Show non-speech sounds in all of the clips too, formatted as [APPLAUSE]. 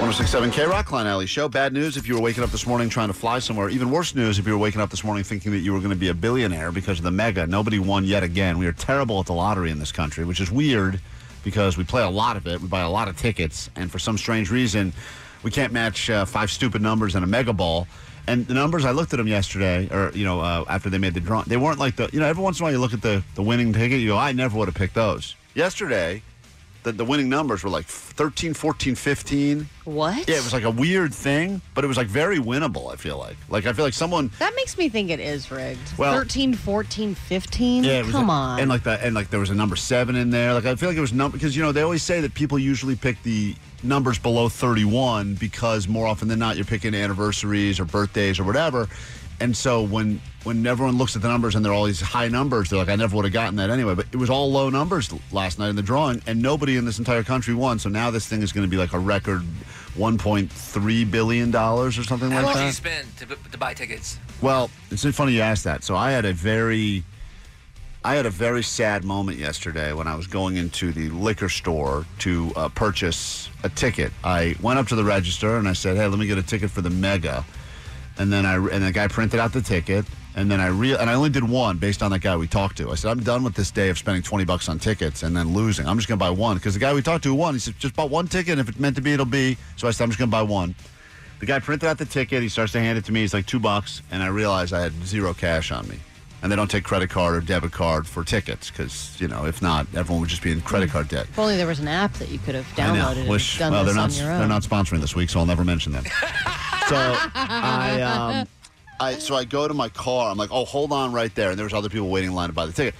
1067 K Rock Klein Alley Show. Bad news if you were waking up this morning trying to fly somewhere. Even worse news if you were waking up this morning thinking that you were going to be a billionaire because of the mega. Nobody won yet again. We are terrible at the lottery in this country, which is weird because we play a lot of it. We buy a lot of tickets. And for some strange reason, we can't match uh, five stupid numbers and a mega ball. And the numbers, I looked at them yesterday, or, you know, uh, after they made the drawing, they weren't like the, you know, every once in a while you look at the, the winning ticket, you go, I never would have picked those. Yesterday, the, the winning numbers were like 13, 14, 15. What? Yeah, it was like a weird thing, but it was like very winnable, I feel like. Like, I feel like someone. That makes me think it is rigged. Well- Thirteen, fourteen, fifteen. 13, 14, 15? Yeah, it was Come like- on. And like that, and like there was a number seven in there. Like I feel like it was number because you know they always say that people usually pick the numbers below thirty-one because more often than not you're picking anniversaries or birthdays or whatever. And so when when everyone looks at the numbers and they're all these high numbers, they're like, I never would have gotten that anyway. But it was all low numbers l- last night in the drawing, and nobody in this entire country won. So now this thing is going to be like a record. $1.3 billion or something How like much that. do you spend to, b- to buy tickets? Well, it's funny you asked that. So I had a very, I had a very sad moment yesterday when I was going into the liquor store to uh, purchase a ticket. I went up to the register and I said, "Hey, let me get a ticket for the Mega," and then I and the guy printed out the ticket. And then I real and I only did one based on that guy we talked to. I said I'm done with this day of spending twenty bucks on tickets and then losing. I'm just gonna buy one because the guy we talked to won. He said just buy one ticket. and If it's meant to be, it'll be. So I said I'm just gonna buy one. The guy printed out the ticket. He starts to hand it to me. He's like two bucks, and I realize I had zero cash on me. And they don't take credit card or debit card for tickets because you know if not, everyone would just be in credit card debt. if only there was an app that you could have I know. downloaded Wish- and done well, this they're on not your own. they're not sponsoring this week, so I'll never mention them. [LAUGHS] so I um, I so I go to my car. I'm like, oh, hold on, right there. And there was other people waiting in line to buy the ticket.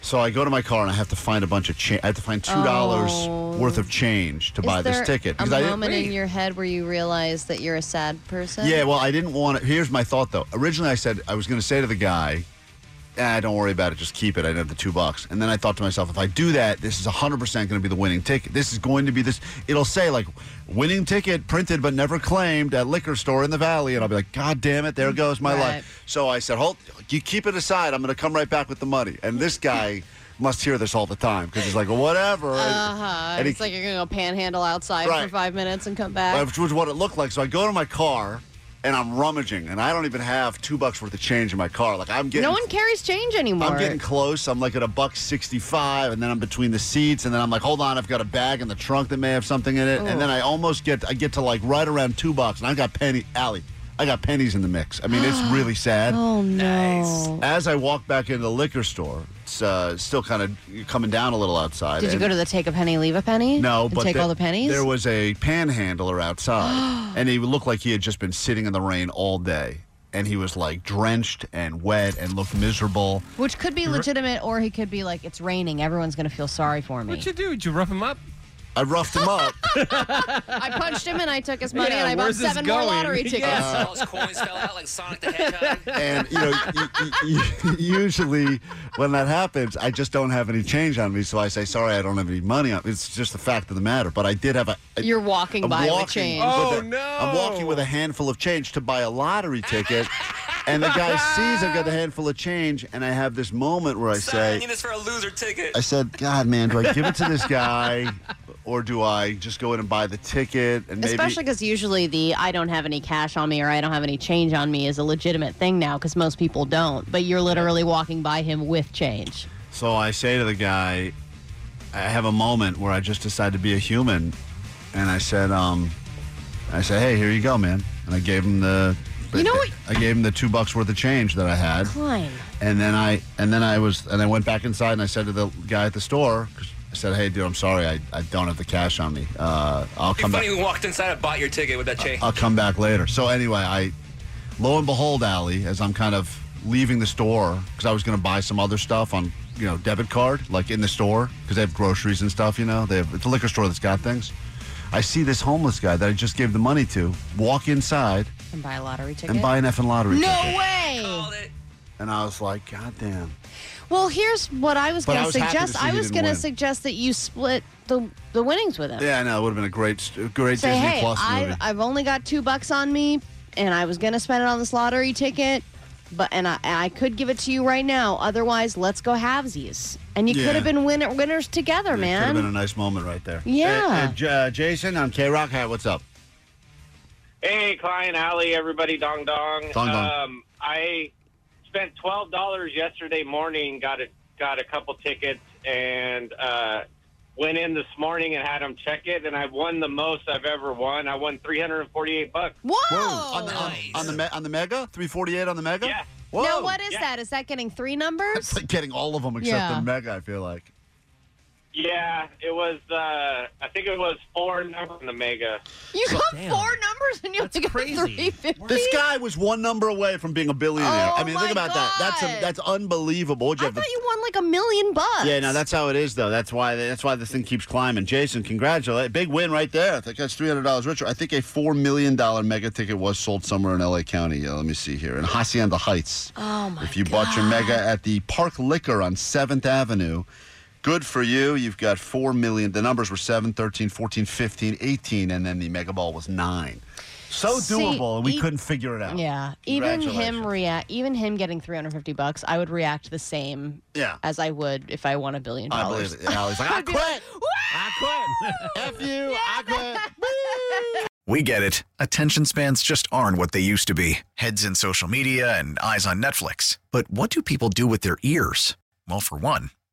So I go to my car and I have to find a bunch of change. I have to find two dollars Oh. worth of change to Is buy there this ticket A I didn't- moment in your head where you realize that you're a sad person. Yeah, well, I didn't want to. Here's my thought, though. Originally, I said I was going to say to the guy, "Ah, don't worry about it. Just keep it. I have the two bucks." And then I thought to myself, if I do that, this is 100 percent going to be the winning ticket. This is going to be this. It'll say like, "Winning ticket printed but never claimed at liquor store in the valley," and I'll be like, "God damn it! There goes my Mm, Right. life." So I said, "Hold, you keep it aside. I'm going to come right back with the money." And this guy. Must hear this all the time because he's like, whatever. Uh-huh. And he- it's like you're gonna go panhandle outside Right. for five minutes and come back. which was what it looked like. So I go to my car and I'm rummaging, and I don't even have two bucks worth of change in my car. Like I'm getting, no one carries change anymore. I'm getting close. I'm like at a buck sixty-five, and then I'm between the seats, and then I'm like, hold on, I've got a bag in the trunk that may have something in it, and then I almost get, I get to like right around two bucks, and I got penny, Allie, I got pennies in the mix. I mean, it's [GASPS] really sad. oh no. As I walk back into the liquor store, it's uh, still kind of coming down a little outside. Did you and- go to the take a penny, leave a penny? no, and but take the- all the pennies. There was a panhandler [GASPS] outside, and he looked like he had just been sitting in the rain all day, and he was like drenched and wet and looked miserable. Which could be legitimate, or he could be like, "It's raining. Everyone's gonna feel sorry for me." What you do? Did you rough him up? I roughed him [LAUGHS] up. I punched him and I took his money Yeah, and I bought where's this seven more going? lottery tickets. [LAUGHS] Yeah. All his coins fell out like Sonic the Hedgehog. and you know, y- y- y- [LAUGHS] usually when that happens, I just don't have any change on me, so I say sorry, I don't have any money. on It's just the fact of the matter. But I did have a. a- You're walking I'm by walking with change. Oh. with a- no. I'm walking with a handful of change to buy a lottery ticket. And the guy sees I've got a handful of change, and I have this moment [LAUGHS] where I Son, say, you this for a loser ticket. I said, God, man, do I give it to this guy or do I just go in and buy the ticket? And maybe. Especially because usually the I don't have any cash on me or I don't have any change on me is a legitimate thing now because most people don't. But you're literally walking by him with change. so I say to the guy, I have a moment where I just decide to be a human. And I said, um, I said, hey, here you go, man. And I gave him the. You know what- I gave him the two bucks worth of change that I had. Fine. And then I and then I was and I went back inside and I said to the guy at the store, 'cause I said, "Hey, dude, I'm sorry, I, I don't have the cash on me. Uh, I'll It'd come be back. funny if we walked inside and bought your ticket with that chain. I'll come back later." So anyway, I lo and behold, Allie, as I'm kind of leaving the store because I was going to buy some other stuff on you know debit card, like in the store because they have groceries and stuff. You know, they have it's a liquor store that's got things. I see this homeless guy that I just gave the money to walk inside And buy a lottery ticket. and buy an effing lottery ticket. no way. Called it. And I was like, God damn. Well, here's what I was But I going to was happy to suggest. see I you was didn't going to win. suggest that you split the the winnings with him. Yeah, I know. It would have been a great, great Say, Disney hey, Plus movie. I've, I've only got two bucks on me, and I was going to spend it on this lottery ticket, but and I, and I could give it to you right now. Otherwise, let's go halvesies. And you Yeah. could have been win- winners together, It could have been a man. nice moment right there. Yeah. Uh, uh, J- uh, Jason on K Rock. Hi, what's up? Hey, Klein Alley, everybody, dong dong. Dong dong. Um, I spent twelve dollars yesterday morning. Got a got a couple tickets and uh, went in this morning and had them check it. And I won the most I've ever won. I won three hundred and forty eight bucks. Whoa! on, the, on, nice. on the me- on the Mega? 348 on the Mega? Yeah. Whoa. now, what is Yeah. that? Is that getting three It's numbers? like getting all of them except Yeah. the Mega, I feel like. Yeah, it was. Uh, I think it was four number in the mega. You got Damn. four numbers and you That's only got crazy. three fifty. This guy was one number away from being a billionaire. Oh I mean, my think about that. That's a, God. that's unbelievable. What'd I you have thought to- you won like a million bucks. yeah, no, that's how it is, though. That's why that's why this thing keeps climbing. Jason, congratulate, big win right there. I think that's three hundred dollars richer. I think a four million dollar mega ticket was sold somewhere in L.A. County. Uh, let me see here in Hacienda Heights. Oh my If you bought your mega at the Park Liquor on 7th Avenue, good for you. You've got 4 million. The numbers were 7, 13, 14, 15, 18, and then the mega ball was 9. So See, doable, and we e- couldn't figure it out. Yeah, even him Congratulations. react. Even him getting three hundred fifty bucks, I would react the same Yeah. as I would if I won a billion I dollars. believe it. Allie's [LAUGHS] like, I quit. I [LAUGHS] quit. F you. I quit. We get it. Attention spans just aren't what they used to be heads in social media and eyes on Netflix. But what do people do with their ears? Well, for one,